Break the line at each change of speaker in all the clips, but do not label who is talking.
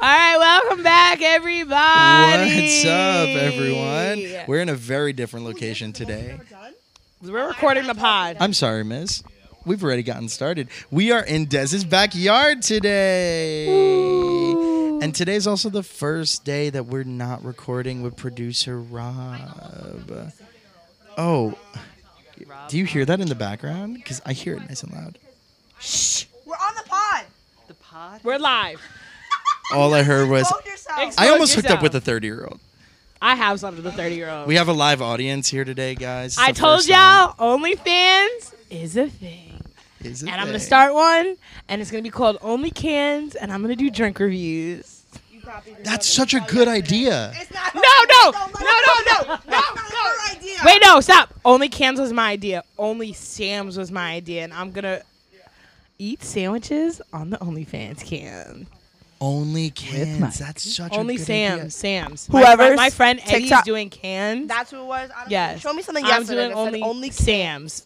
All right, welcome back, everybody.
What's up, everyone? We're in a very different location today.
We're recording the pod.
I'm sorry, miss. We've already gotten started. We are in Dez's backyard today. And today's also the first day that we're not recording with producer Rob. Oh, do you hear that in the background? Because I hear it nice and loud.
We're on the pod.
The pod?
We're live.
All I heard
Oh,
was
Hold yourself.
Ex-
I almost hooked up
Yourself.
with a 30 year old.
I have something to the 30 year old.
We have a live audience here today, guys. It's
I
the
told
first time.
y'all, OnlyFans is a thing.
Is it
And I'm going
there?
to start one, and it's going to be called Only Cans, and I'm going to do drink reviews.
You copied yourself.
That's such a good idea.
It's not.
No, no,
Don't let
no,
it
no,
go.
no, no,
That's not your idea.
Wait, no, stop. Only Cans was my idea. Only Sam's was my idea, and I'm going to eat sandwiches on the OnlyFans can.
Only
my-
cans. That's such
Only
a good
Sam's.
idea.
Sam's.
Whoever's
my friend, my friend Eddie's
TikTok-
doing cans.
That's who it was. I don't
Yes.
Show me something
I'm doing
yesterday. that said
only,
only
Sam's.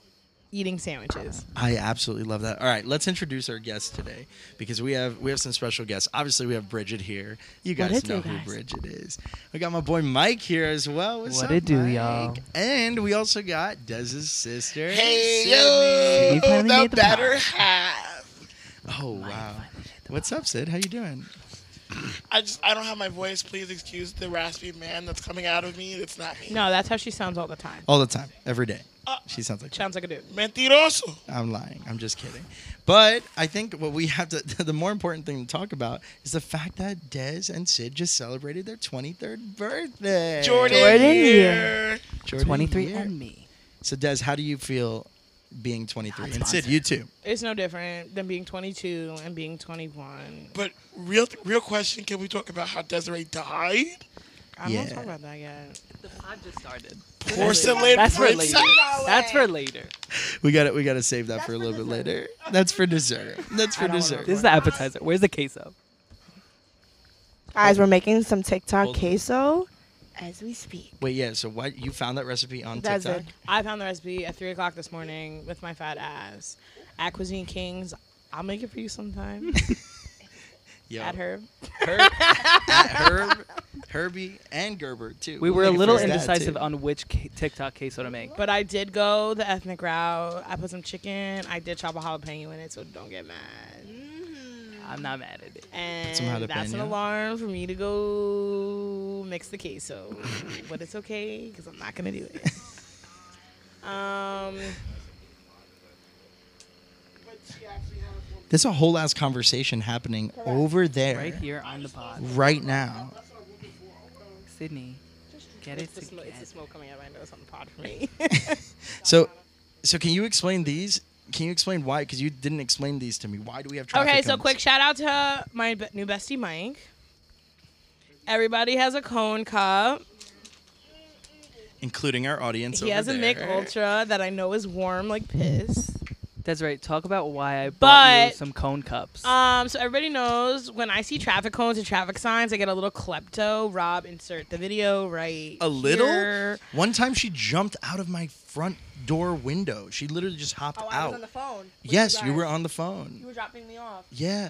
Eating sandwiches.
I absolutely love that. All right, let's introduce our guest today because we have we have some special guests. Obviously, we have Bridget here. You
What
guys
it do,
know who
guys?
Bridget is. We got my boy Mike here as well. What's
What
up,
it do,
Mike?
y'all?
And we also got Dez's sister.
Hey
Sydney.
yo,
You finally
the
made the
better
pod.
half.
Oh wow. What's up, Sid? How you doing?
I just I don't have my voice. Please excuse the raspy man that's coming out of me. It's not me.
No, that's how she sounds all the time.
All the time, every day.
Uh,
She sounds like
Sounds like a dude.
Mentiroso.
I'm lying. I'm just kidding. But I think what we have to, the more important thing to talk about is the fact that Dez and Sid just celebrated their 23rd birthday.
Jordan,
Jordan
here.
Jordan
23
year.
and me.
So, Dez, how do you feel being 23?
Not
and Sid, you too.
It's no different than being 22 and being 21.
But real real question, can we talk about how Desiree died?
I'm
Yeah.
not talking about that yet.
The pod just started.
Porcelain
That's for
princess.
later. That's for later.
We got to we got to save that for a little bit later. That's for dessert. That's for dessert.
This is the appetizer. Where's the queso?
Guys, we're making some TikTok
Hold.
queso as we speak.
Wait, yeah. So, why you found that recipe on
That's
TikTok?
it.
I found the recipe at 3 o'clock this morning with my fat ass at Cuisine Kings. I'll make it for you sometime.
Yo,
At her.
Herb, at Herb, Herbie, and Gerber too.
We were a little
His dad,
indecisive
too.
on which ca- TikTok queso to make.
But I did go the ethnic route. I put some chicken. I did chop a jalapeno in it, so don't get mad.
I'm not mad at it.
some
And that's an
jalapeno.
alarm for me to go mix the queso. but it's okay because I'm not going to do it. um,
There's a whole ass conversation happening over there
Right here on the pod.
right now.
Sydney, get it
it's, the sm-
together.
it's the smoke coming out of my nose on the pod for me.
So, so can you explain these? Can you explain why? Because you didn't explain these to me. Why do we have traffic?
okay, so
cones?
quick shout out to my be- new bestie, Mike. Everybody has a cone cup.
including our audience.
he has
over
a
there.
Mick Ultra that I know is warm like piss.
That's right. Talk about why I bought you
But-
some cone cups.
Um, so everybody knows when I see traffic cones and traffic signs, I get a little klepto. Rob, insert the video right.
A little.
here.
One time, she jumped out of my front door window. She literally just hopped
Oh, I was
out.
on the phone. with
yes, you
guys.
were on the
You
phone.
were dropping me off.
Yeah.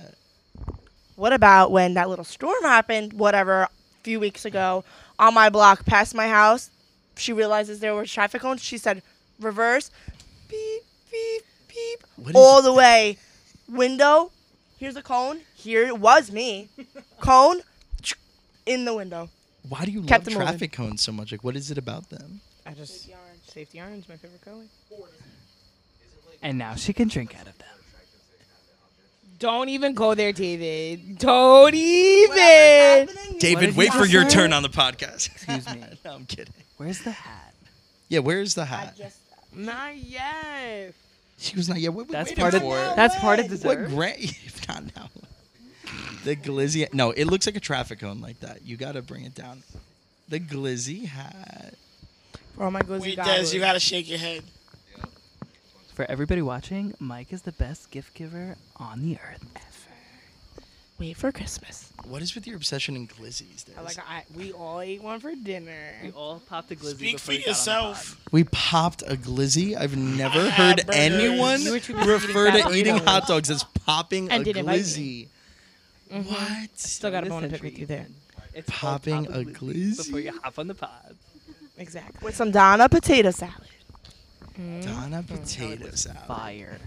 What about when that little storm happened? Whatever, a few weeks ago, on my block, past my house, she realizes there were traffic cones. She said, "Reverse, beep, beep, beep,
What is-
all the way, window. Here's a cone. Here it was me, cone, in the window.
Why do you
Kept
love
them moving.
traffic cones so much? Like, what is it about them?
I just safety orange, my favorite color.
and now she can drink out of them.
Don't even go there, David. Don't even.
Whatever's happening,
What
David,
is
wait
he
for your
saying?
turn on the podcast.
Excuse me.
no, I'm kidding.
Where's the hat?
Yeah, where's the
I
hat?
just
Not yet.
She was not. Yeah, what we
That's
waiting
part of
for?
that's part of
What
dessert.
grant? If not now, the glizzy. No, it looks like a traffic cone like that. You gotta bring it down. The glizzy hat.
For all Oh my glizzy
Wait,
goblins.
Des, you gotta shake your head.
For everybody watching, Mike is the best gift giver on the earth ever.
wait for Christmas.
What is with your obsession in glizzies? Des?
I like. I, we all ate one for dinner.
We all popped a glizzy.
Speak
before we
for
got on the
yourself.
we popped a glizzy. I've never
I had
heard
burgers.
anyone
You
refer to eating hot dogs as popping
And
a
didn't invite
glizzy. What?
Still got a
This
bone to pick
century
with you
even.
there.
It's called
Popping
Papa
a
Glizzy before you
glizzy?
hop on the pod.
Exactly.
with some Donna potato salad.
Donna
Mm-hmm.
potato salad.
Fire.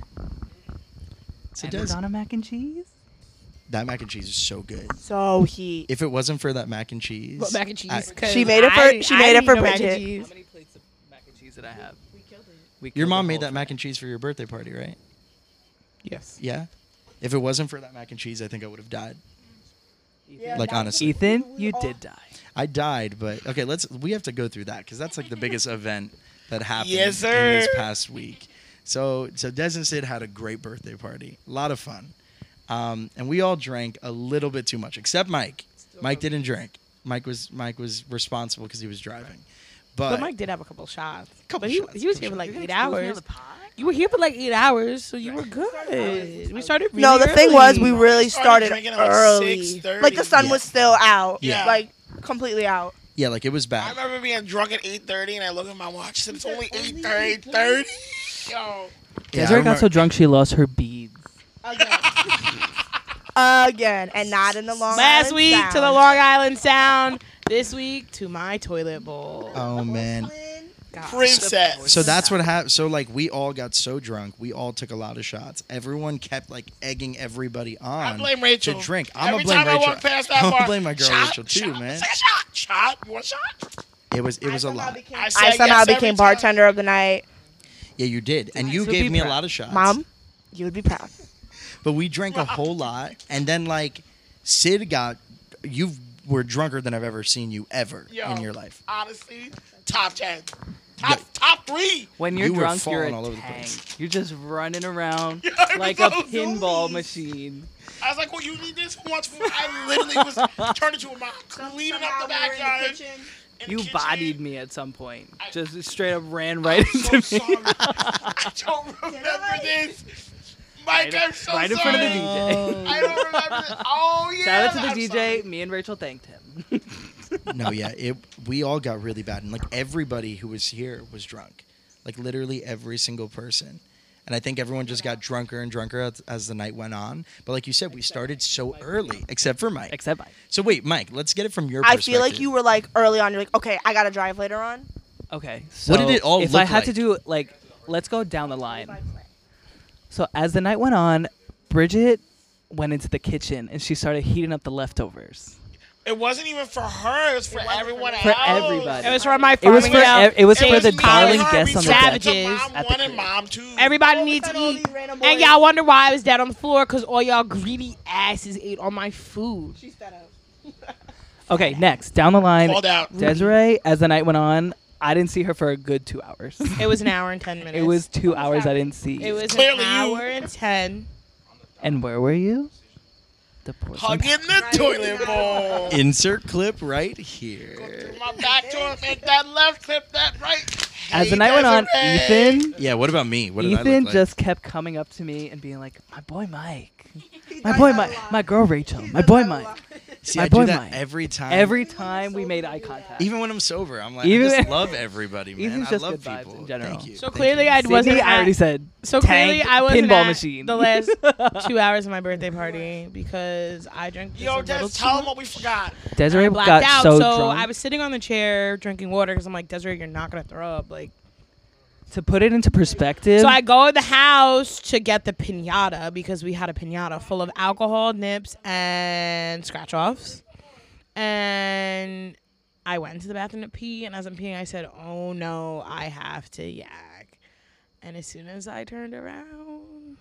So
And
does
Madonna mac and cheese?
that mac and cheese is so good.
So he.
If it wasn't for that mac and cheese,
But mac and cheese.
I-
'cause
She made it for-
I-
she
I
made it
didn't
for
know mac and
Bridget.
cheese.
How many plates of mac and cheese did I have? We killed it.
your mom made that mac and cheese for your birthday party, right?
Yes.
Yeah. If it wasn't for that mac and cheese, I think I would have died. like honestly,
Ethan, you did die.
I died. But okay, let's. We have to go through that because that's like the biggest event that happened
Yes,
in this
sir.
past week. So so Des and Sid had a great birthday party, a lot of fun, um, and we all drank a little bit too much, except Mike. Mike didn't drink. Mike was Mike was responsible because he was driving. But,
But Mike did have a couple shots.
Couple
but he,
shots,
he was
couple
here for like eight
Excuse me on
hours.
the pod?
You were here for like eight hours, so you were good. We started. Really
No, the thing was we
early.
really started
Started drinking at, like,
early.
6:30.
Like the sun was
Yeah.
still out.
Yeah.
Like completely out.
yeah, like it was
I
bad.
remember being drunk at 8:30 and I look at my watch and it's only 8:30. Yo.
Yeah, I
Desiree got so
remember-
drunk she lost her beads.
Again, and not in the long.
Last
Island
week to the
Sound.
Long Island Sound. This week to my toilet bowl.
oh man.
God.
Princess.
So that's what happened. So like we all got so drunk, we all took a lot of shots. Everyone kept like egging everybody on.
I blame Rachel.
To drink. I'm
Every
gonna blame
time
Rachel.
I walk past that
I'm gonna
bar,
blame my girl
shot,
Rachel too,
shot,
man.
say a Shot, shot, you want a shot.
It was it was a lot.
I
said yes
somehow
every
became
time.
bartender of the night.
Yeah, you did, and you
so be
gave me a
proud.
lot of shots,
Mom, you would be proud.
But we drank a whole lot, and then like Sid got you were drunker than I've ever seen you ever
Yo.
in your life.
Honestly, top ten, top top three.
When you're
You were
drunk, you're a
falling all over the
tank.
place.
You're just running around
I
like a
was so
pinball
loose.
machine.
I was like, "Well, you need this? Who wants food?" I literally was turning to a mom, cleaning up the backyard. in the
You
kitchen.
bodied me at some point. Just straight up ran right
I'm
into
so
me.
sorry. I don't remember this. Mike, I'm so
right in front
sorry.
of the DJ.
I don't remember this. Oh, yeah.
Shout out to the
I'm
DJ.
sorry.
Me and Rachel thanked him.
no, yeah, it. We all got really bad, and like everybody who was here was drunk, like literally every single person. And I think everyone just got drunker and drunker as, as the night went on. But like you said, we started so early, except for Mike.
Except I.
So wait, Mike, let's get it from your.
I
perspective.
feel like you were like early on. You're like, okay, I gotta drive later on.
Okay. So
What did it all
If I
look
had to
like?
do like, let's go down the line. So as the night went on, Bridget went into the kitchen and she started heating up the leftovers.
It wasn't even for her. It was for everyone else.
For everybody.
It was for my
It was
farming
for
out.
ev- it was
It
for
was
the
me.
darling
Harvey
guests on the
Savage.
deck.
To mom
savages
at the
one and
crib.
mom two.
Everybody
Oh, we
needs to
got all
eat.
these random
And
boys.
y'all wonder why I was dead on the floor because all y'all greedy asses ate all my food.
She's fed up.
Okay, next down the line,
called out.
Desiree. As the night went on, I didn't see her for a good two hours.
It was an hour and ten minutes.
it was two hours I didn't see.
It was
Clearly
an
you-
hour and ten.
And where were you? The poor
Hugging the toilet bowl.
insert clip right here.
Through my back door, make that left, clip that right.
As
Hey,
the night went on,
Desiree.
Ethan,
Yeah, what about me? What did I
Ethan
look like?
just kept coming up to me and being like, "My boy Mike, my boy Mike, my girl Rachel, my boy Mike."
See,
my
I do
boy
that
Mike.
every time.
Every time we made eye contact,
Even when I'm sober, I'm like,
Even-
I just love everybody, man.
Ethan's
I
just
love
good vibes
people.
in general.
Thank you.
So
Thank
clearly
you.
I wasn't
Sydney, I already
at,
said.
so
tank,
clearly I wasn't
pinball
at
machine.
the last two hours of my birthday party because I drank just a
Yo,
little
Des,
too
tell them what we forgot.
Desiree
I
got
blacked out,
so,
so,
drunk.
I was sitting on the chair drinking water because I'm like, Desiree, you're not gonna throw up. Like,
to put it into perspective,
so I go to the house to get the pinata because we had a pinata full of alcohol, nips, and scratch offs. And I went to the bathroom to pee, and as I'm peeing, I said, "Oh no, I have to yak." And as soon as I turned around,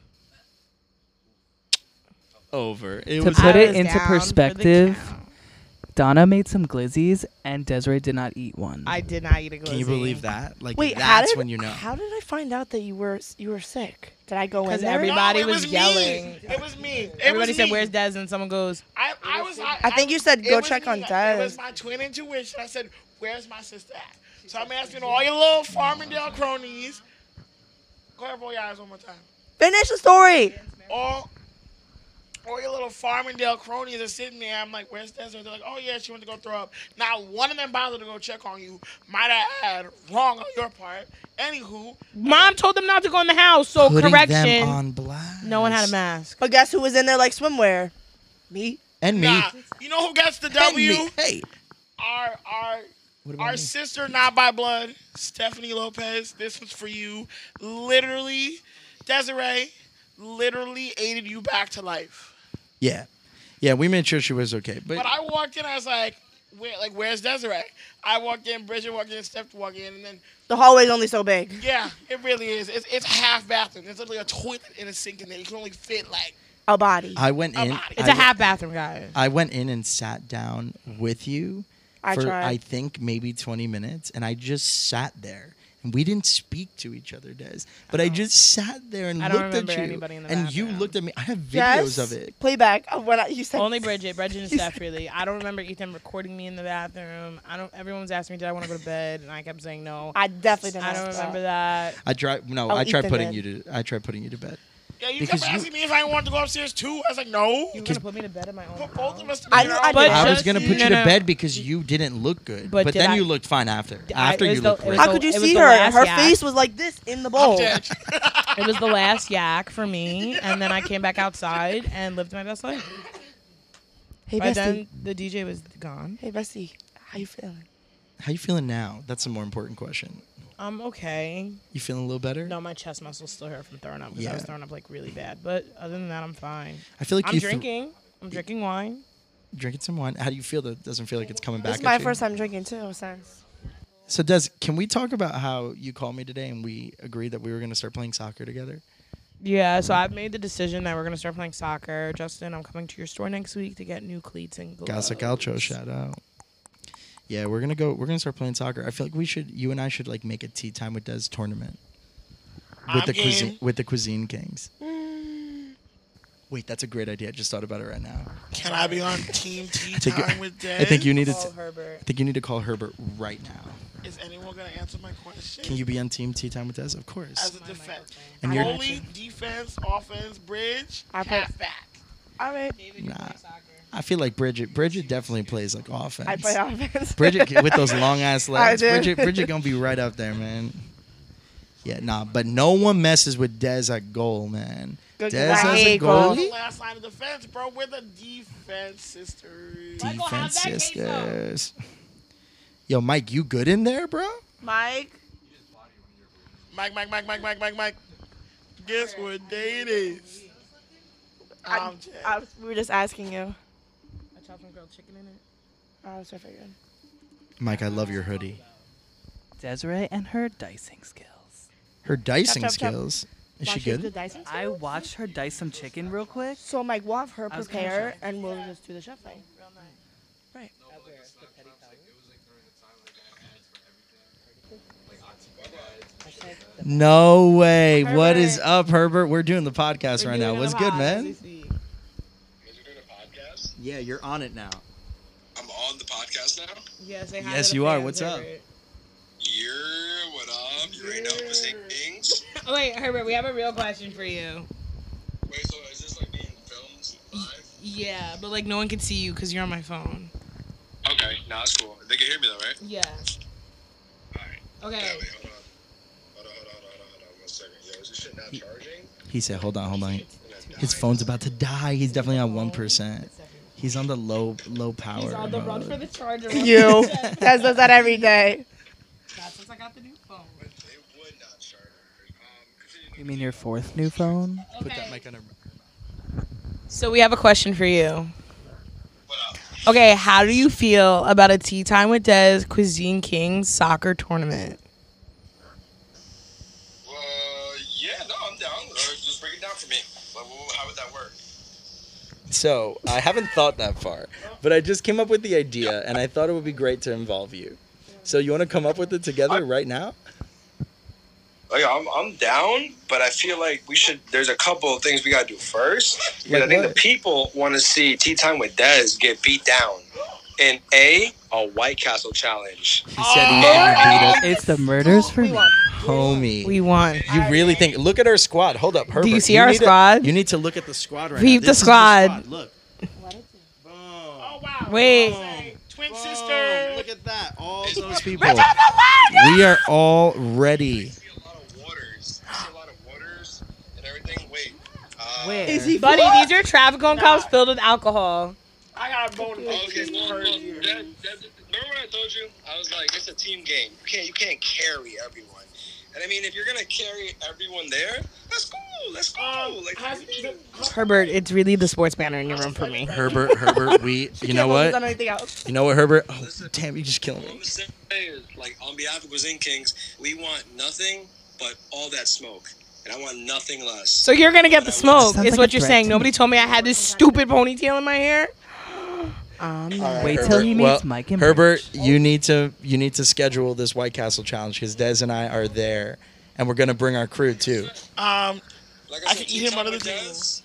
over. It
To
was
put
I
it
was
into
down for the
perspective,
count.
Donna made some glizzies and Desiree did not eat one.
I did not eat a glizzy.
Can you believe that? Like
Wait, how
that's
did
when you know.
how did I find out that you were you were sick? Did I go in
Because
there?
every- Everybody
no, it
was
me.
yelling.
It was me. It
Everybody
was
said,
me.
"Where's Des?" And someone goes,
I, I was. I,
I think you said,
it
"Go
was
check
me.
on
It was
Dez."
my twin intuition. I said, "Where's my sister at?" So I'm asking all your little Farmingdale cronies. Go ahead, roll your eyes one more time.
Finish the story.
All, all your little Farmingdale cronies are sitting there. I'm like, "Where's Desiree?" They're like, "Oh yeah, she went to go throw up." Not one of them bothered to go check on you. Might I add, wrong on your part. Anywho,
"Mom told them not to go in the house." So
Putting
correction,
them on blast.
no one had a mask.
But guess who was in there like swimwear? Me.
And me.
Nah, you know who gets the
And
W?
me. Hey.
Our our
What about
our
me?
sister, not by blood, Stephanie Lopez. This was for you. Literally, Desiree, literally aided you back to life.
Yeah. Yeah, we made sure she was okay. But,
But I walked in, I was like, where, like, where's Desiree? I walked in, Bridget walked in, Steph walked in, and then,
The hallway's only so big.
yeah, it really is. It's, it's half bathroom. There's literally a toilet and a sink in there. You can only fit, like,
A body.
I went in.
body.
It's
I
a half bathroom, guys.
I went in and sat down with you
I
for
tried.
I think maybe 20 minutes and I just sat there and we didn't speak to each other, Des. But I, just sat there and
Oh. I don't
looked at
remember
you
anybody in the
and you
bathroom.
looked at me. I have videos
Yes.
of it.
Playback of when I, you said.
Only Bridget, Bridget and Steph really. I don't remember Ethan recording me in the bathroom. I don't. Everyone was asking me, did I want to go to bed, and I kept saying no. I,
I definitely didn't.
don't
ask
remember
that.
that.
I tried no,
Oh,
I tried
Ethan
putting
did.
you to I tried putting you to bed.
yeah, you
Because
kept
you-
asking me if I wanted to go upstairs too. I was like, no.
You were gonna put me to bed in my own.
Put both of us
I-
together.
I
I'll be
did.
like,
I was
just-
gonna put
no,
you
no.
to bed because you didn't look good. But,
But did
then
I-
you looked fine after.
I-
After
it was
you
the-
looked
it was
great.
How
So
could you
it was
see
the
her?
last
Her
guy.
face was like this in the
I'm
bowl.
dead.
It was the last yak for me, and then I came back outside and lived my best life.
Hey,
By
Bestie.
then, the DJ was gone.
Hey, Bestie. How you feeling?
How you feeling now? That's a more important question.
I'm okay.
You feeling a little better?
No, my chest muscles still hurt from throwing up because
Yeah.
I was throwing up like really bad. But other than that, I'm fine.
I feel like
I'm
you threw-
drinking. I'm drinking wine.
drinking some wine. How do you feel that it doesn't feel like it's coming back?
This is my
at you?
first time drinking too since.
So, Des, can we talk about how you called me today and we agreed that we were going to start playing soccer together?
Yeah, so
Mm-hmm.
I've made the decision that we're gonna start playing soccer. Justin, I'm coming to your store next week to get new cleats and uh, gloves.
Casa Calcho, shout out. Yeah, we're gonna go. We're gonna start playing soccer. I feel like we should. You and I should like make a tea time with Des tournament with
I'm
the cuisine
in.
with the cuisine kings. Wait, that's a great idea. I just thought about it right now.
Can I be on Team Tea
think-
Time with Dad?
I think you need to.
Call Herbert.
I think you need to call Herbert right now.
Is anyone going to answer my question?
Can you be on team tea time with Des? Of
As
course.
a defense.
And
And
you're-
Goalie, defense, offense, bridge,
I put-
halfback.
All right.
Nah. I feel like Bridget. Bridget definitely plays like offense.
I play offense.
Bridget with those long ass legs.
I do.
Bridget, Bridget gonna be right up there, man. Yeah, nah, but no one messes with Dez at goal, man.
Good
Dez
guy.
as a
Hey,
goal.
goal.
The last line of defense, bro. We're the defense sisters.
Defense sisters. Yo, Mike, you good in there, bro?
Mike.
Mike, Mike, Mike, Mike, Mike, Mike, Mike. Guess what day it is?
I,
I'm Jack.
I, we were just asking you.
I chopped some grilled chicken in it.
I was so figured.
Mike, I love your hoodie.
Desiree and her dicing skills.
Her dicing
chop, chop.
skills. Is she
Watch you do
good?
dicing
I
skills?
watched her dice some chicken real quick.
So Mike, we'll have her
I was
prepare,
gonna
and we'll just do the chef thing.
No way. What
Herbert.
is up, Herbert? We're doing the podcast right now. What's good, man? Yeah, you're on it now.
I'm on the podcast now.
Yeah, say hi
Yes,
to the
you are.
fans,
What's up?
Herbert.
You're what up? You already know who's saying.
Oh, wait, Herbert, we have a real question for you.
Wait, so is this like being filmed live?
Yeah, but like no one can see you because you're on my phone.
Okay, nah, that's cool. They can hear me though, right?
Yeah.
Alright. Yeah,
Okay.
wait, hold on. Hold on, hold on, hold on, hold on. One second. Yo, is this shit not charging?
He said, hold on, hold on.
Gonna die.
His phone's about to die. He's definitely on one percent. He's on the low low power.
He's on the
mode.
run for the charger.
You. Tess does that every day.
That's since I got the new phone.
But They would not charge. Um, continue.
You mean your fourth new phone?
Put that mic on her.
So we have a question for you.
What up?
Okay, how do you feel about a tea time with Dez Cuisine Kings soccer tournament?
Well, yeah, no, I'm down. Uh, Just break it down for me. Like, wh- how would that work?
So I haven't thought that far, but I just came up with the idea, and I thought it would be great to involve you. So you want to come up with it together right now?
Like, I'm, I'm down, but I feel like we should. There's a couple of things we gotta do first. Because I
Like
think
what?
the people want to see Tea Time with Dez get beat down in a a White Castle challenge.
He
Oh,
said he had beat
It's the murders for
We
me.
won.
homie.
We won.
You really think? Look at our squad. Hold up, Herbert.
you see our
need to-
squad?
you need to look at the squad right
Peep
now.
the
This is
squad.
Look.
oh, wow.
Wait.
Say, Twin
Boom.
sister.
Look at that. All those people. We are all ready.
see a lot of waters. I see a lot of waters and everything. Wait. Uh,
Where?
Is he
Buddy,
full?
these are traffic cone cups filled with alcohol.
I got a bone to pick
oh, Okay,
with
well,
her
well,
here.
that, that, remember when I told you? I was like, it's a team game. You can't, you can't carry everyone. And I mean, if you're gonna carry everyone there, that's cool. That's cool.
Um,
like,
has-
Herbert, it's really the sports banner in your room for me.
Herbert, Herbert, we. You know
Can't focus
what?
on anything else.
You know what, Herbert? Oh, damn, you just killing
what I'm
me.
gonna say is, like, on behalf of Cuisine Kings, we want nothing but all that smoke, and I want nothing less.
So you're gonna get the smoke,
Sounds
is
like
what
a
you're
threat
saying.
to me.
Nobody told me I had this stupid ponytail in my hair.
Wait till he meets
well,
Mike and
Herbert,
Bridge.
you need to you need to schedule this White Castle challenge because Des and I are there, and we're gonna bring our crew too.
Um,
Like
I can eat him
Utah
under the
does,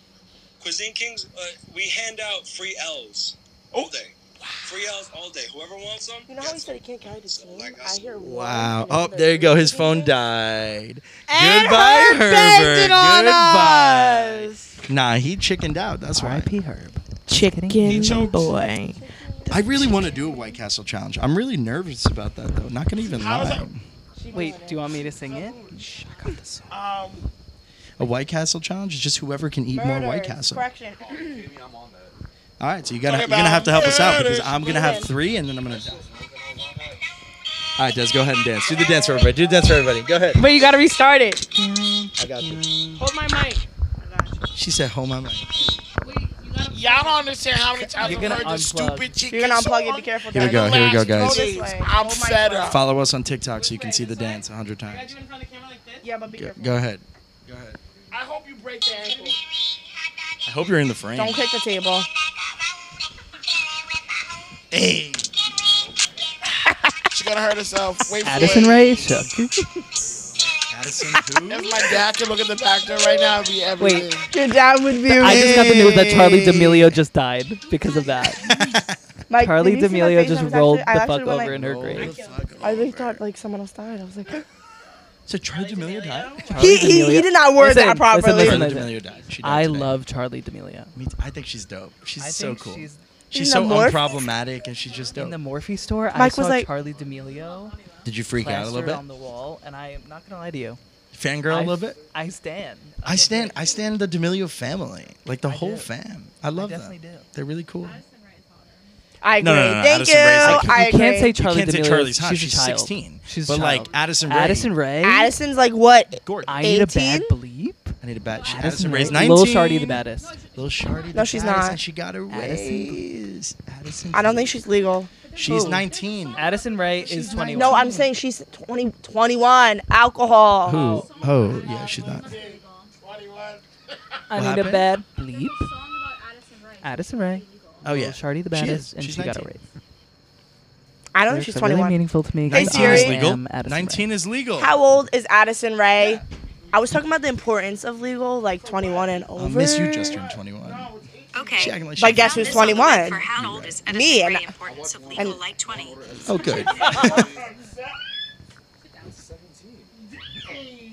Cuisine Kings, uh, we hand out free L's
Oh.
all day. Free L's all day. Whoever wants them.
You know how he said he can't carry the
Oh
team?
Like us.
I hear one
Wow.
and
Oh,
then
there you go. His
the-
phone died.
And
Goodbye,
Herb begged
Herbert.
it on
Goodbye.
us.
Nah, he chickened out. That's why.
R.I.P. Herb.
Chicken boy.
I really want to do a White Castle challenge. I'm really nervous about that though. Not gonna even
How is
lie.
Wait, do you want me to sing it? Shh, I got this.
um,
A White Castle challenge is just whoever can eat more White
Murders,
Castle.
Correction.
All right, so you gotta,
Talk
you're gonna
about
have to help us out because
murders.
I'm gonna have three and then I'm gonna die. All right, Des, go ahead and dance. Do the dance for everybody. Do the dance for everybody. Go ahead.
But you gotta restart it.
I got you.
Hold my mic.
She said, "Hold my mic."
y'all don't understand how many times
You're
I've
gonna
heard
unplug.
this stupid chicken.
You're gonna
so
unplug it.
on-
Be careful.
Here we
guys.
go. Here we go,
Last
guys.
two days, I'm
Oh my
fed
God.
up.
Follow us on TikTok so you can see the dance a hundred times.
Yeah, but be
Go,
careful.
go ahead. Go ahead.
I hope you break the ankle.
I hope you're in the frame.
Don't hit the table.
Hey.
She's gonna hurt herself. Wait
Addison
for it.
Ray, Shook.
Addison
If
who?
my dad could look at the back door right now, it'd be everything.
Your dad would be.
I just got the news that Charlie D'Amelio just died because of that.
Mike,
Charli
did you see my
D'Amelio
face? I
just
was
rolled
actually- I
the
actually
fuck
went
over
like-
in her
Roll
grave.
the fuck
I really
over.
thought like someone else died. I was like,
So Charlie D'Amelio died.
he, he, he did not word
Listen,
that
listen,
properly.
listen.
Charlie D'Amelio died. She died
I
today.
love Charlie D'Amelio.
Me too. I think she's dope. She's so cool. She's,
in
so
the morph?
unproblematic and she's just
in
dope.
the Morphe store. I
Mike
saw
was like-
Charlie D'Amelio
Did you freak out a little
plastered
bit?
on the wall, and I am not gonna lie to you.
Fangirl a
I-
little bit?
I stand.
I stand. I stand the D'Amelio family, like the whole
do.
fam. I love
definitely
them.
do.
They're really cool.
I agree.
No, no, no,
Thank
Addison Rae's like-
you. I
You
agree.
can't say Charlie
can't say
D'Amelio.
Charlie's hot.
she's,
She's
a child.
16.
She's a
But, like,
child.
Addison Rae-
Addison Ray.
Addison's like what?
Gorgeous.
I need a
18?
bad bleep.
I need a bad. She,
Addison
Addison
Ray.
Ray's 19.
Little Shardy the baddest.
Little Shardy.
No,
the
she's
baddest,
not.
and she got her
Addison-
ways. Addison.
I don't think she's legal.
She's
Who?
19.
Addison Ray is 21.
No, I'm saying she's 20, 21. Alcohol.
Who? Oh, yeah, she's not.
I
What
need a
happened?
bad bleep. Addison Ray.
Oh yeah.
Little Shardy the
She is.
baddest, and
She's
she got a
19.
rape.
I
Oh,
don't know if she's
really
21.
meaningful to me. um, 'cause
19
I
is
am
legal.
Addison Rae.
19 is legal.
How old is Addison Ray? I was talking about the importance of legal, like 21 and over.
I'll miss you just turned 21. She
Okay.
acting like
But
she-
guess who's
This algorithm
21?
For how old is Edison
Me,
Me
and-
importance of legal
and-
like 20?
Oh, good.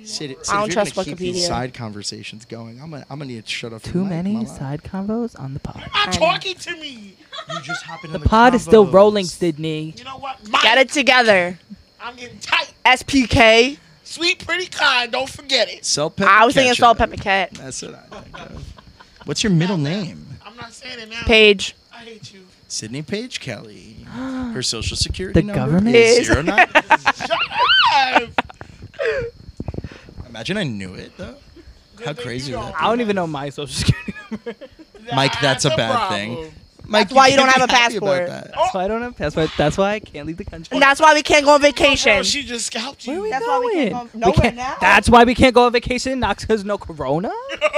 Sid, Sid, if
don't
you're
trust
gonna keep these
Wikipedia.
side conversations going. I'm gonna, I'm gonna need to shut up. for
Too
Mike,
many
mama.
side combos on the pod.
Not talking to me.
You just hopping
The
on the
pod is still
combos.
rolling, Sydney.
You know what? Mike,
Get it together.
I'm getting tight.
SPK.
Sweet, pretty, kind. Don't forget it.
Salt pepper.
I was thinking
ketchup.
Salt Pepper Cat.
That's what I think of. What's your middle name?
I'm not saying it now.
Paige.
I hate you.
Sydney Page Kelly. Her social security
The
number
government?
is
Is.
zero nine.
Five.
Imagine I knew it though. How crazy would that
I don't even know my social security number.
be? Mike, that's a bad
problem.
thing. Mike,
why you
can't
don't
be
have a
happy about
passport. Oh.
that.
That's why I don't have. That's why. That's why I can't leave the country.
And that's why we can't go on
Bro,
vacation.
she just scalped
where are we
you.
That's why
going?
we can't go- nowhere
can't-
now.
That's why we can't go on vacation. Not because no corona.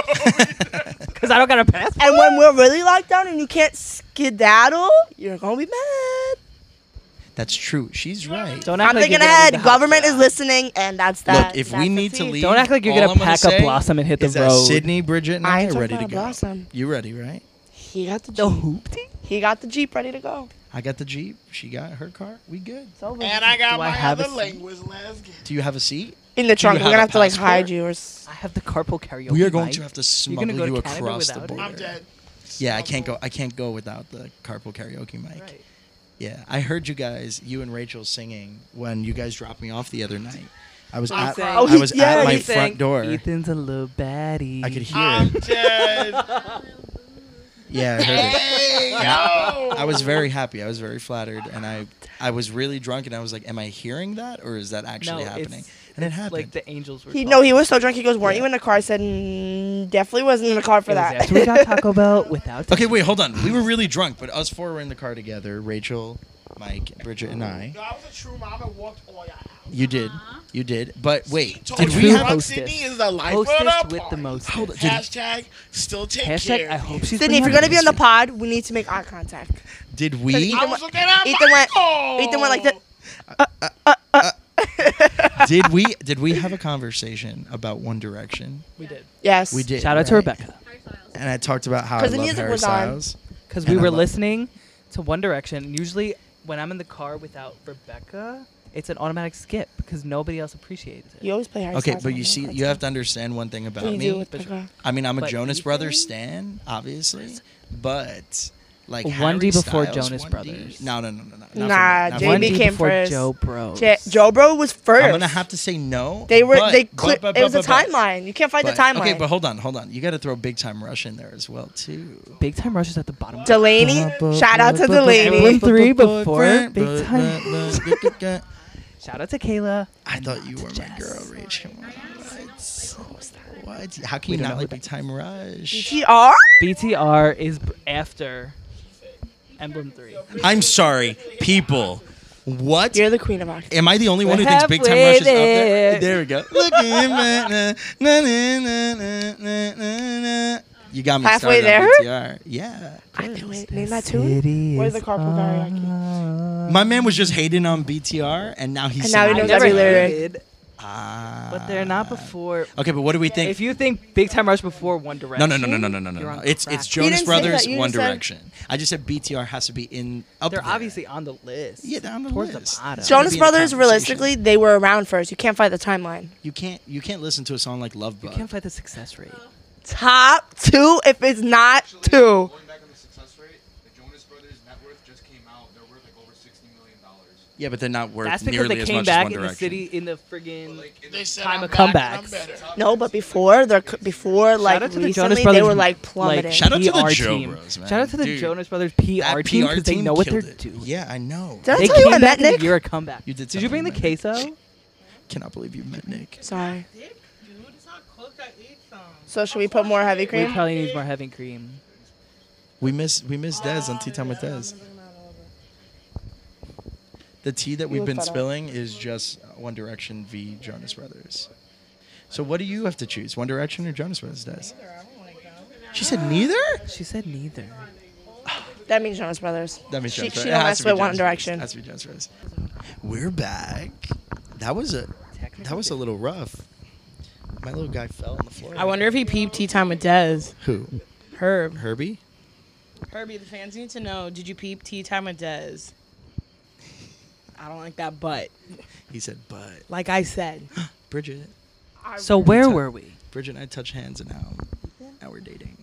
Because I don't got a passport.
and when we're really locked down and you can't skedaddle, you're going to be mad.
That's true. She's right.
Don't act
I'm
like
thinking
you're gonna leave the
ahead.
house.
Government is listening, and that's that.
Look, if
That's
we
the
need to
tea.
leave,
Don't act like you're
all
gonna
I'm gonna
pack a
say
blossom and hit the
is that
road.
Sydney, Bridget, and
I
I,
ain't
are
talking
ready to
about
go.
blossom.
You ready, right?
He got the
The
Jeep.
hoopty.
He got the Jeep ready to go.
I got the jeep. She got her car. We good.
It's over.
And I got
Do I
my
have a
other
seat?
language last game.
Do you have a seat?
in the trunk.
you
We're
have
gonna
a
have to like
passport?
hide you or s-
I have the carpool karaoke.
We are going
mic.
to have to
You're
smuggle
gonna go
you
to Canada
across the
without it?
border.
I'm dead.
Yeah, I can't go. I can't go without the carpool karaoke mic.
Right.
Yeah, I heard you guys, you and Rachel singing when you guys dropped me off the other night. I was at,
sang-
I
Oh,
he-
was
yeah,
at my
he
front door.
Ethan's a little baddie.
I could hear
I'm
it.
dead.
Yeah, I heard it.
Hey, yo.
I was very happy. I was very flattered, and I I was really drunk, and I was like, "Am I hearing that, or is that actually
No,
happening?"
it's-
And it
it's
happened.
Like the angels were.
He no, he
talking.
was so drunk. He goes, "Weren't you in the car?" I said, mm, "Definitely wasn't in the car for
It was
that."
after we got Taco Bell without.
okay, wait, hold on. We were really drunk, but us four were in the car together: Rachel, Mike, Bridget, and I.
No, I was a true mom and walked all y'all out.
You did, you did. But wait,
Told
did
you
we
you.
have?
drunk
Hostess.
Sydney is the life
Hostess
of
with the
party.
mostest.
Hold on, did,
Hashtag still take
Hashtag.
care.
I hope she's.
Sydney, if you're
bananas.
gonna be on the pod, we need to make eye contact.
did
Cause
we?
I
Ethan
was
went-
looking at
Ethan went-
Michael.
Ethan went like that.
did we? Did we have a conversation about One Direction?
We did.
Yes,
We did.
Shout out to
right?
Rebecca
And I talked about how I
'Cause the
love
music
Harry
was on.
Styles.
because
And
we
I
were
love-
listening to One Direction. Usually, when I'm in the car without Rebecca, it's an automatic skip because nobody else appreciates it.
You always play Harry
Okay,
Styles
but
on
you
the
see,
podcast.
you have to understand one thing about
What do you
me.
do with the girl?
I mean, I'm a
But
Jonas
Ethan-
Brothers stan, obviously, but like
One D
Harry
before
Styles,
Jonas
One D-
Brothers.
No, no, no, no, no. not for me, not for
Nah, JB
One
me.
D
came
before
first.
Joe Bro.
Ja- Joe Bro was 1st
I'm gonna have to say no.
They were.
but-
they.
but-
Cli-
but-
it was
but-
a
but-
timeline. You can't find
but-
the timeline.
Okay, but hold on, hold on. You got to throw Big Time Rush in there as well too.
Big Time Rush is at the bottom.
Delaney, shout out to Delaney.
Everyone- three before Big Time Shout out to Kayla.
I thought you were my girl, Rachel. What? What? How can you
don't know
not
who
like
that
Big Time Rush?
GR.
BTR is b- after Emblem Three.
I'm sorry, people. What?
You're the queen of rock.
Am I the only one who
We're
thinks Big Time Rush is up there?
halfway there.
There we go. Look at him, uh, na, na, na, na, na, na, na, na. You got me
Halfway
started on
there?
BTR. Yeah.
I knew it. Name that tune. Where's the carpool karaoke?
My man was just hating on BTR, and now he's
And now he
singing
knows every
BTR.
lyric.
Ah.
But they're not before.
Okay, but what do we think?
If you think Big Time Rush before One
no,
Direction,
no, no, no, no, no, no, no.
You're
no.
on
It's
crack.
it's
You
Jonas
didn't say
Brothers,
that, you
One
just said-
Direction. I just said BTR has to be in up
they're
there.
obviously on the list.
Yeah, they're on the
towards
list.
the bottom.
Jonas
Jonas
be in the
Brothers,
conversation.
realistically, they were around first. You can't find the timeline.
You can't you can't listen to a song like Love
you
Bug.
can't fight the success rate.
Top two, if it's not two.
Going back on the success rate, the Jonas Brothers net worth just came out. They're worth like over sixty million dollars.
yeah, but they're not worth
That's because
nearly
they
as
came
much as
back
One
in the
Direction.
city in the friggin'
They said
Time
I'm
of
back and I'm
comebacks.
better.
No, but before they're c- before like
out to the
recently,
Jonas
they
Brothers,
were like
like,
plummeting.
Shout out to the
PR
Joe
team.
Bros, man.
Shout out to the
Dude,
Jonas Brothers PR
That
team
PR
because they
team
know what they're
killed it.
doing.
Yeah, I know.
Did I
They
tell you
came
I met
back in a
Nick?
year of comeback.
You did
Did you bring the
something,
queso?
cannot believe you met Nick.
Sorry.
Dick, dude, it's not cooked. I eat some.
So should we put more heavy
We
cream?
probably need more heavy cream.
We miss we miss Dez on Tea Time with Dez. The tea that we've
look
been
that up.
spilling is just One Direction v Jonas Brothers. So what do you have to choose? One Direction or Jonas Brothers, Dez? She said neither.
She said neither.
That means Jonas Brothers.
That means
She-
Jonas
she
Brothers.
don't
It has
mess
to be
with One
Jonas Brothers.
Direction.
It Has to be Jonas Brothers. We're back. That was a that was a little rough. My little guy fell on the floor.
I wonder if he peeped tea time with Dez.
who
Herb.
Herbie.
Herbie, the fans need to know. Did you peep tea time with Dez? I don't like that butt.
He said, "But
Like I said,
Bridget,
So where were we?
Bridget and I touch hands, and now now we're dating."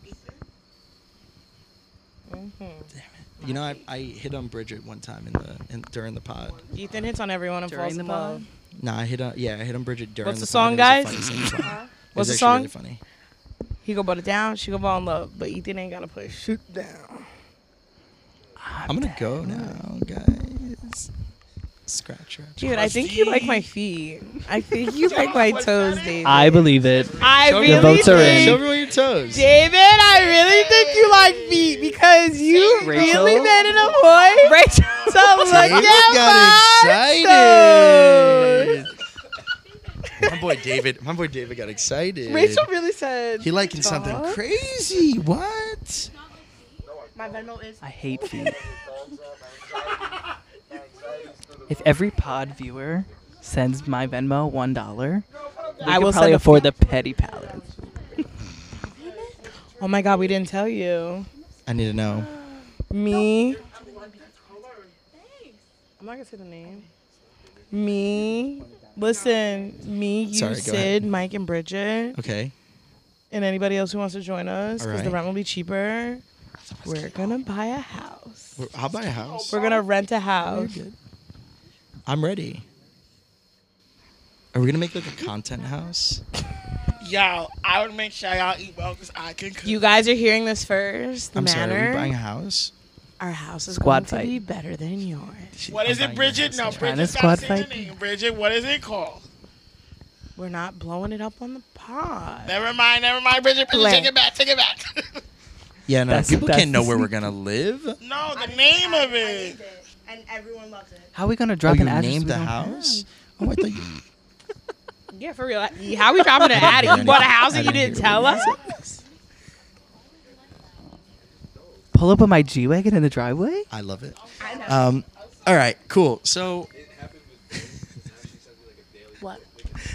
Mm-hmm.
Damn it! You know, I, I hit on Bridget one time in the in, during the pod.
Ethan hits on everyone and
During
falls
the
in love.
month?
Nah, I hit on yeah, I hit on Bridget during
What's the
pod.
song,
It was
guys? Uh-huh.
a funny song. It was
What's the
actually
song?
Really funny.
He go butt it down, she go ball in love, but Ethan ain't gotta put shoot down.
I'm gonna go now, guys. Scratch your
Dude, I think you like my feet. I think you like my toes, David.
I believe it.
I
Show me-
really
The votes are in.
think-
Show me your toes.
David, I really think you like feet because you
Rachel?
really made it a point. Rachel, so look
David
at my toes.
excited. my boy David, my boy David got excited.
Rachel really said
he liking something crazy. What?
My Venmo is.
I hate feet. if every pod viewer sends my Venmo one dollar, I
I
will
will
probably
send a-
afford the petty palette.
Oh my god, we didn't tell you.
I need to know.
Me. I'm not gonna say the name. Me. Listen, me, you,
Sorry, go
Sid,
ahead.
Mike, and Bridget.
Okay.
and anybody else who wants to join us because the
Alright.
rent will be cheaper. We're gonna buy a house.
We're- I'll buy a house.
We're gonna rent a house.
I'm ready. Are we gonna make like a content house?
Y'all, I would make sure y'all eat well because I can cook.
You guys are hearing this first. The
I'm sorry, are
manor.
we buying a house?
I Our house is going
Squad fight.
to be better than yours.
What is it, Bridget? No,
Trying to
Bridget's
squad
got to say
fight
the name. Bridget, what is it called?
We're not blowing it up on the pod.
Never mind, never mind, Bridget. Bridget
Blank.
take it back, take it back.
Yeah, no,
That's-
people
that's
can't know
the
where we're gonna live.
no, the name of it.
And everyone loves it.
How are we gonna
Oh,
drop
you
an address?
named
we
the
don't
house? Oh, I thought you.
Yeah, for real. How we dropping an attic? You bought a house and you didn't tell us?
have? Pull up on my G wagon in the driveway.
I love it. Um, all right, cool. So.
What?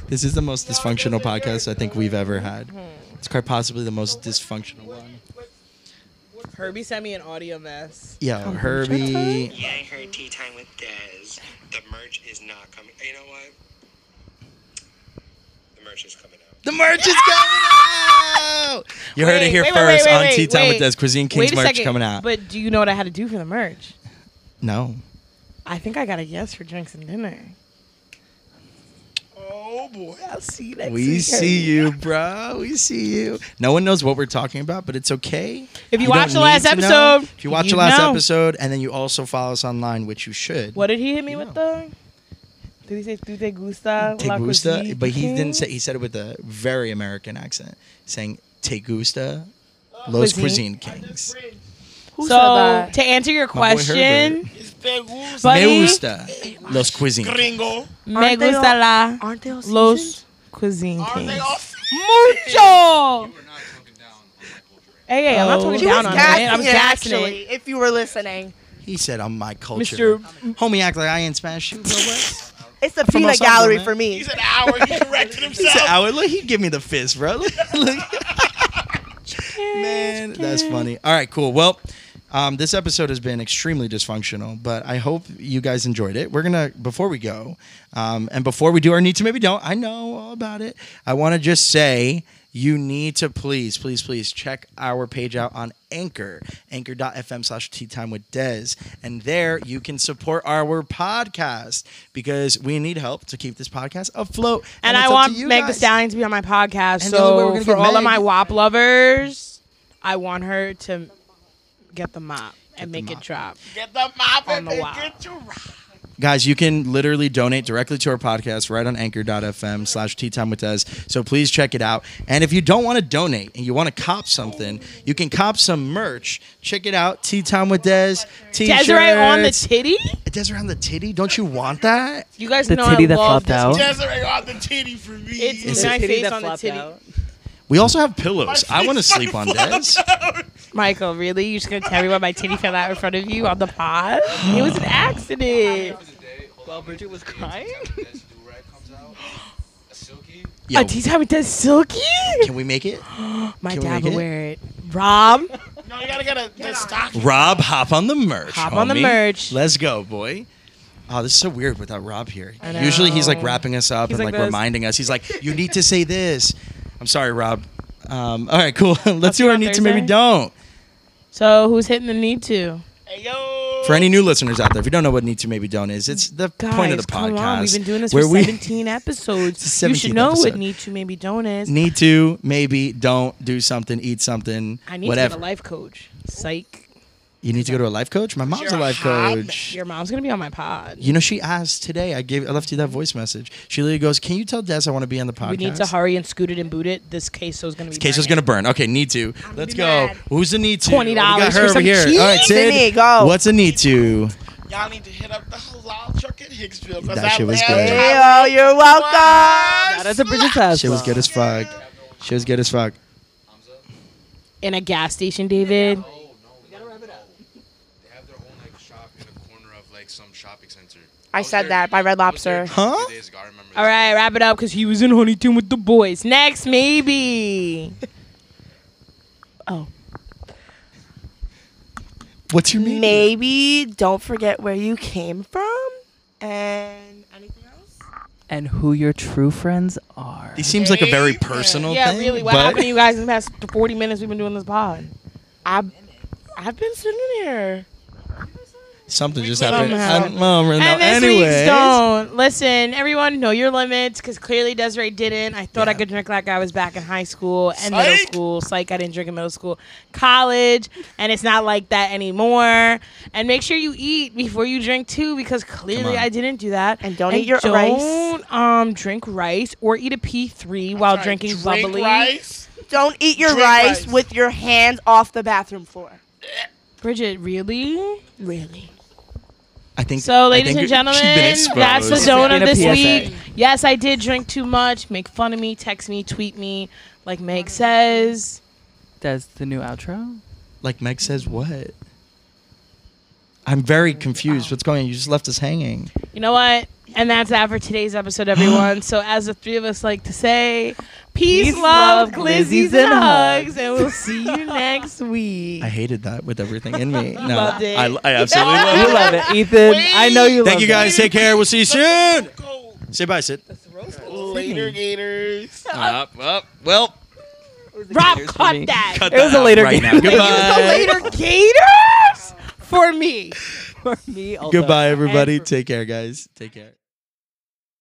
This is the most dysfunctional podcast I think we've ever had.
Mm-hmm.
It's quite possibly the most dysfunctional one.
Herbie sent me an audio mess.
Yo, Oh, Herbie.
Yeah, I heard Tea Time with Dez. The merch is not coming. You know what? The merch is coming out.
The merch is coming out! You heard it
Wait,
here
wait, wait,
first
wait,
on
wait,
Tea Time with
wait.
Des. Cuisine Kings
Wait a
merch
second.
coming out.
But do you know what I had to do for the merch?
no.
I think I got a yes for drinks and dinner.
Oh boy.
I'll see you next
We see you, bro. We see you. No one knows what we're talking about, but it's okay.
If you,
don't
watch the
need
last
to
episode,
know. if you watch the last
know.
episode, and then you also follow us online, which you should.
what did he hit me
You
with though? Did he say "tú te gusta"?
Te
la
gusta,
cuisine?"
but he didn't say. He said it with a very American accent, saying "Te gusta, Los
Cuisine.
Cuisine, Kings."
Who said
So
that?
to answer your
My boy
question,
It's the goose
Buddy?
Me gusta, Los Cuisine. Kings.
gringo.
me
Aren't they
gusta la
Aren't they all
los cuisine
Are they
kings.
all
Mucho.
We're not talking down on my culture.
Hey, hey, I'm not
Oh.
talking
She
down
was
on it. I'm
Jackson,
Jackson.
actually, if you were listening.
He said, "I'm my culture."
Mr.
Homie, act like I ain't Spanish. You know what?
It's the
From
peanut
Osama,
gallery
man.
for me.
He's an hour. He corrected
He said,
himself.
"Ow," Look, he give me the fist, bro. Look, look. Man, that's funny. All right, cool. Well, um, this episode has been extremely dysfunctional, but I hope you guys enjoyed it. We're gonna before we go, um, and before we do our need to maybe don't. I know all about it. I want to just say you need to please, please, please check our page out on Anchor, anchor.fm slash tea time with Dez. And there you can support our podcast because we need help to keep this podcast afloat.
And, I
it's up to
want
you
Meg
guys.
the Stallion to be on my podcast.
And the only way we're
so
gonna
for
get
all
Meg-
of my WAP lovers, I want her to get the mop and
the
make
mop.
it drop.
Get the mop
On
and
the
pick
wild.
it to rock.
guys you can literally donate directly to our podcast right on anchor.fm slash tea time with us so please check it out and if you don't want to donate and you want to cop something you can cop some merch check it out tea time with des t-shirts
Desiree on the titty?
desiree on the titty don't you want that
You guys
The
know
titty
I
that
love
flopped
this-
out.
Desiree on the titty for me.
It's
Is
my
it-
face on the titty.
we also have pillows
My
i want to
feet
sleep on des
Michael, really? You're just gonna tell me why my titty fell out in front of you on the pod? It was an accident.
While Bridget was crying.
This do-rag comes out. A silky.
Yo,
A tea time with that silky?
can we make it
My
can we
dad
make
would
it?
wear it. Rob,
No, you gotta get a the stock.
rob hop on the merch
Hop on the
homie.
merch.
let's go boy Oh, this is so weird without Rob here.
I know.
Usually he's like wrapping us up
He's
and
like
like,
this.
reminding us. He's like, "You need to say this." I'm sorry, Rob. Um, all right, cool. Let's
see
do
you
our
on
need to maybe
Thursday.
don't.
so who's hitting the need to?
Hey, yo.
For any new listeners out there, if you don't know what need to maybe don't is, it's the
Guys,
point of the podcast.
come on. We've been doing this
where
for
we
17 episodes.
the
You should
17th
know what
episode.
need to maybe don't is.
need to maybe don't do something, eat something,
I need
whatever.
to get a life coach. Psych.
you need to go to a life coach. My mom's
You're
a
a
life
hob-
coach.
Your mom's gonna be on my pod.
You know, she asked today. I gave. I left you that voice message. She literally goes, "Can you tell Des I want to be on the podcast?"
We need to hurry and scoot it and boot it. This queso's gonna be.
Queso's
burning.
gonna burn. Okay, need to. Let's go.
mad.
Who's the need to?
$20
We got her
for
over
some
here.
cheese.
All right, Sid.
Sydney, go.
What's a need to?
Y'all need to hit up the halal truck in Hicksville. 'cause
That
I
shit was
last
good.
time
Hey, yo, you're welcome.
Shout out to Bridget's house.
Shit was good as fuck. Shit was good as fuck.
in a gas station, David.
Oh no. We gotta wrap it up. They have their own like shop in a corner of like some shopping center.
I
was
said
there-
that by Red
I was there
Lobster.
a few
Huh?
Days ago. I remember
All
this.
right, wrap it up because he was in Huntington with the boys. Next, maybe.
What's your need?
Maybe don't forget where you came from and anything else.
And who your true friends are.
This seems like a very personal
yeah,
thing.
really. What
but
happened to you guys in the past 40 minutes we've been doing this pod?
I've, I've been sitting here.
Something just
Something
happened. I
happened.
don't, well, no,
And this week's
anyways.
don't. Listen, everyone, know your limits because clearly Desiree didn't. I thought I could drink like I was back in high school and middle
Psych.
school. Psych, I didn't drink in middle school, college, and it's not like that anymore. And make sure you eat before you drink too because
Come
clearly
on.
I didn't do that.
And don't eat your rice.
Don't um, drink rice or eat a P3 while
Sorry,
drinking
drink
bubbly.
rice?
Don't eat your
Drink
rice,
rice.
with your hands off the bathroom floor.
Bridget, really?
Really?
I think
So,
I
ladies
think
and
she's been
gentlemen, that's the
exposed.
zone of
In a
this
PSA.
week. Yes, I did drink too much. Make fun of me, text me, tweet me, like Meg says.
That's the new outro.
Like Meg says, what? I'm very confused. What's going on? You just left us hanging.
You know what? And that's that for today's episode, everyone. so, as the three of us like to say, peace,
Peace,
love,
love,
glizzies,
glizzies,
and
and
hugs, and we'll see you next week.
I hated that with everything in me. No,
Loved it.
I, I absolutely
You
love it.
love it, Ethan. I know you love
Thank you guys.
it.
Take care. We'll see you soon.
Go
Say bye, Sid.
later, Gators.
Up, up. Well,
Rob,
Here's for
cut
me.
that.
Cut
It was
that
a later
out right
game.
now.
It was a
Goodbye.
Later, Gators! For me.
For me, also.
Goodbye, everybody. Take care, guys. Take care.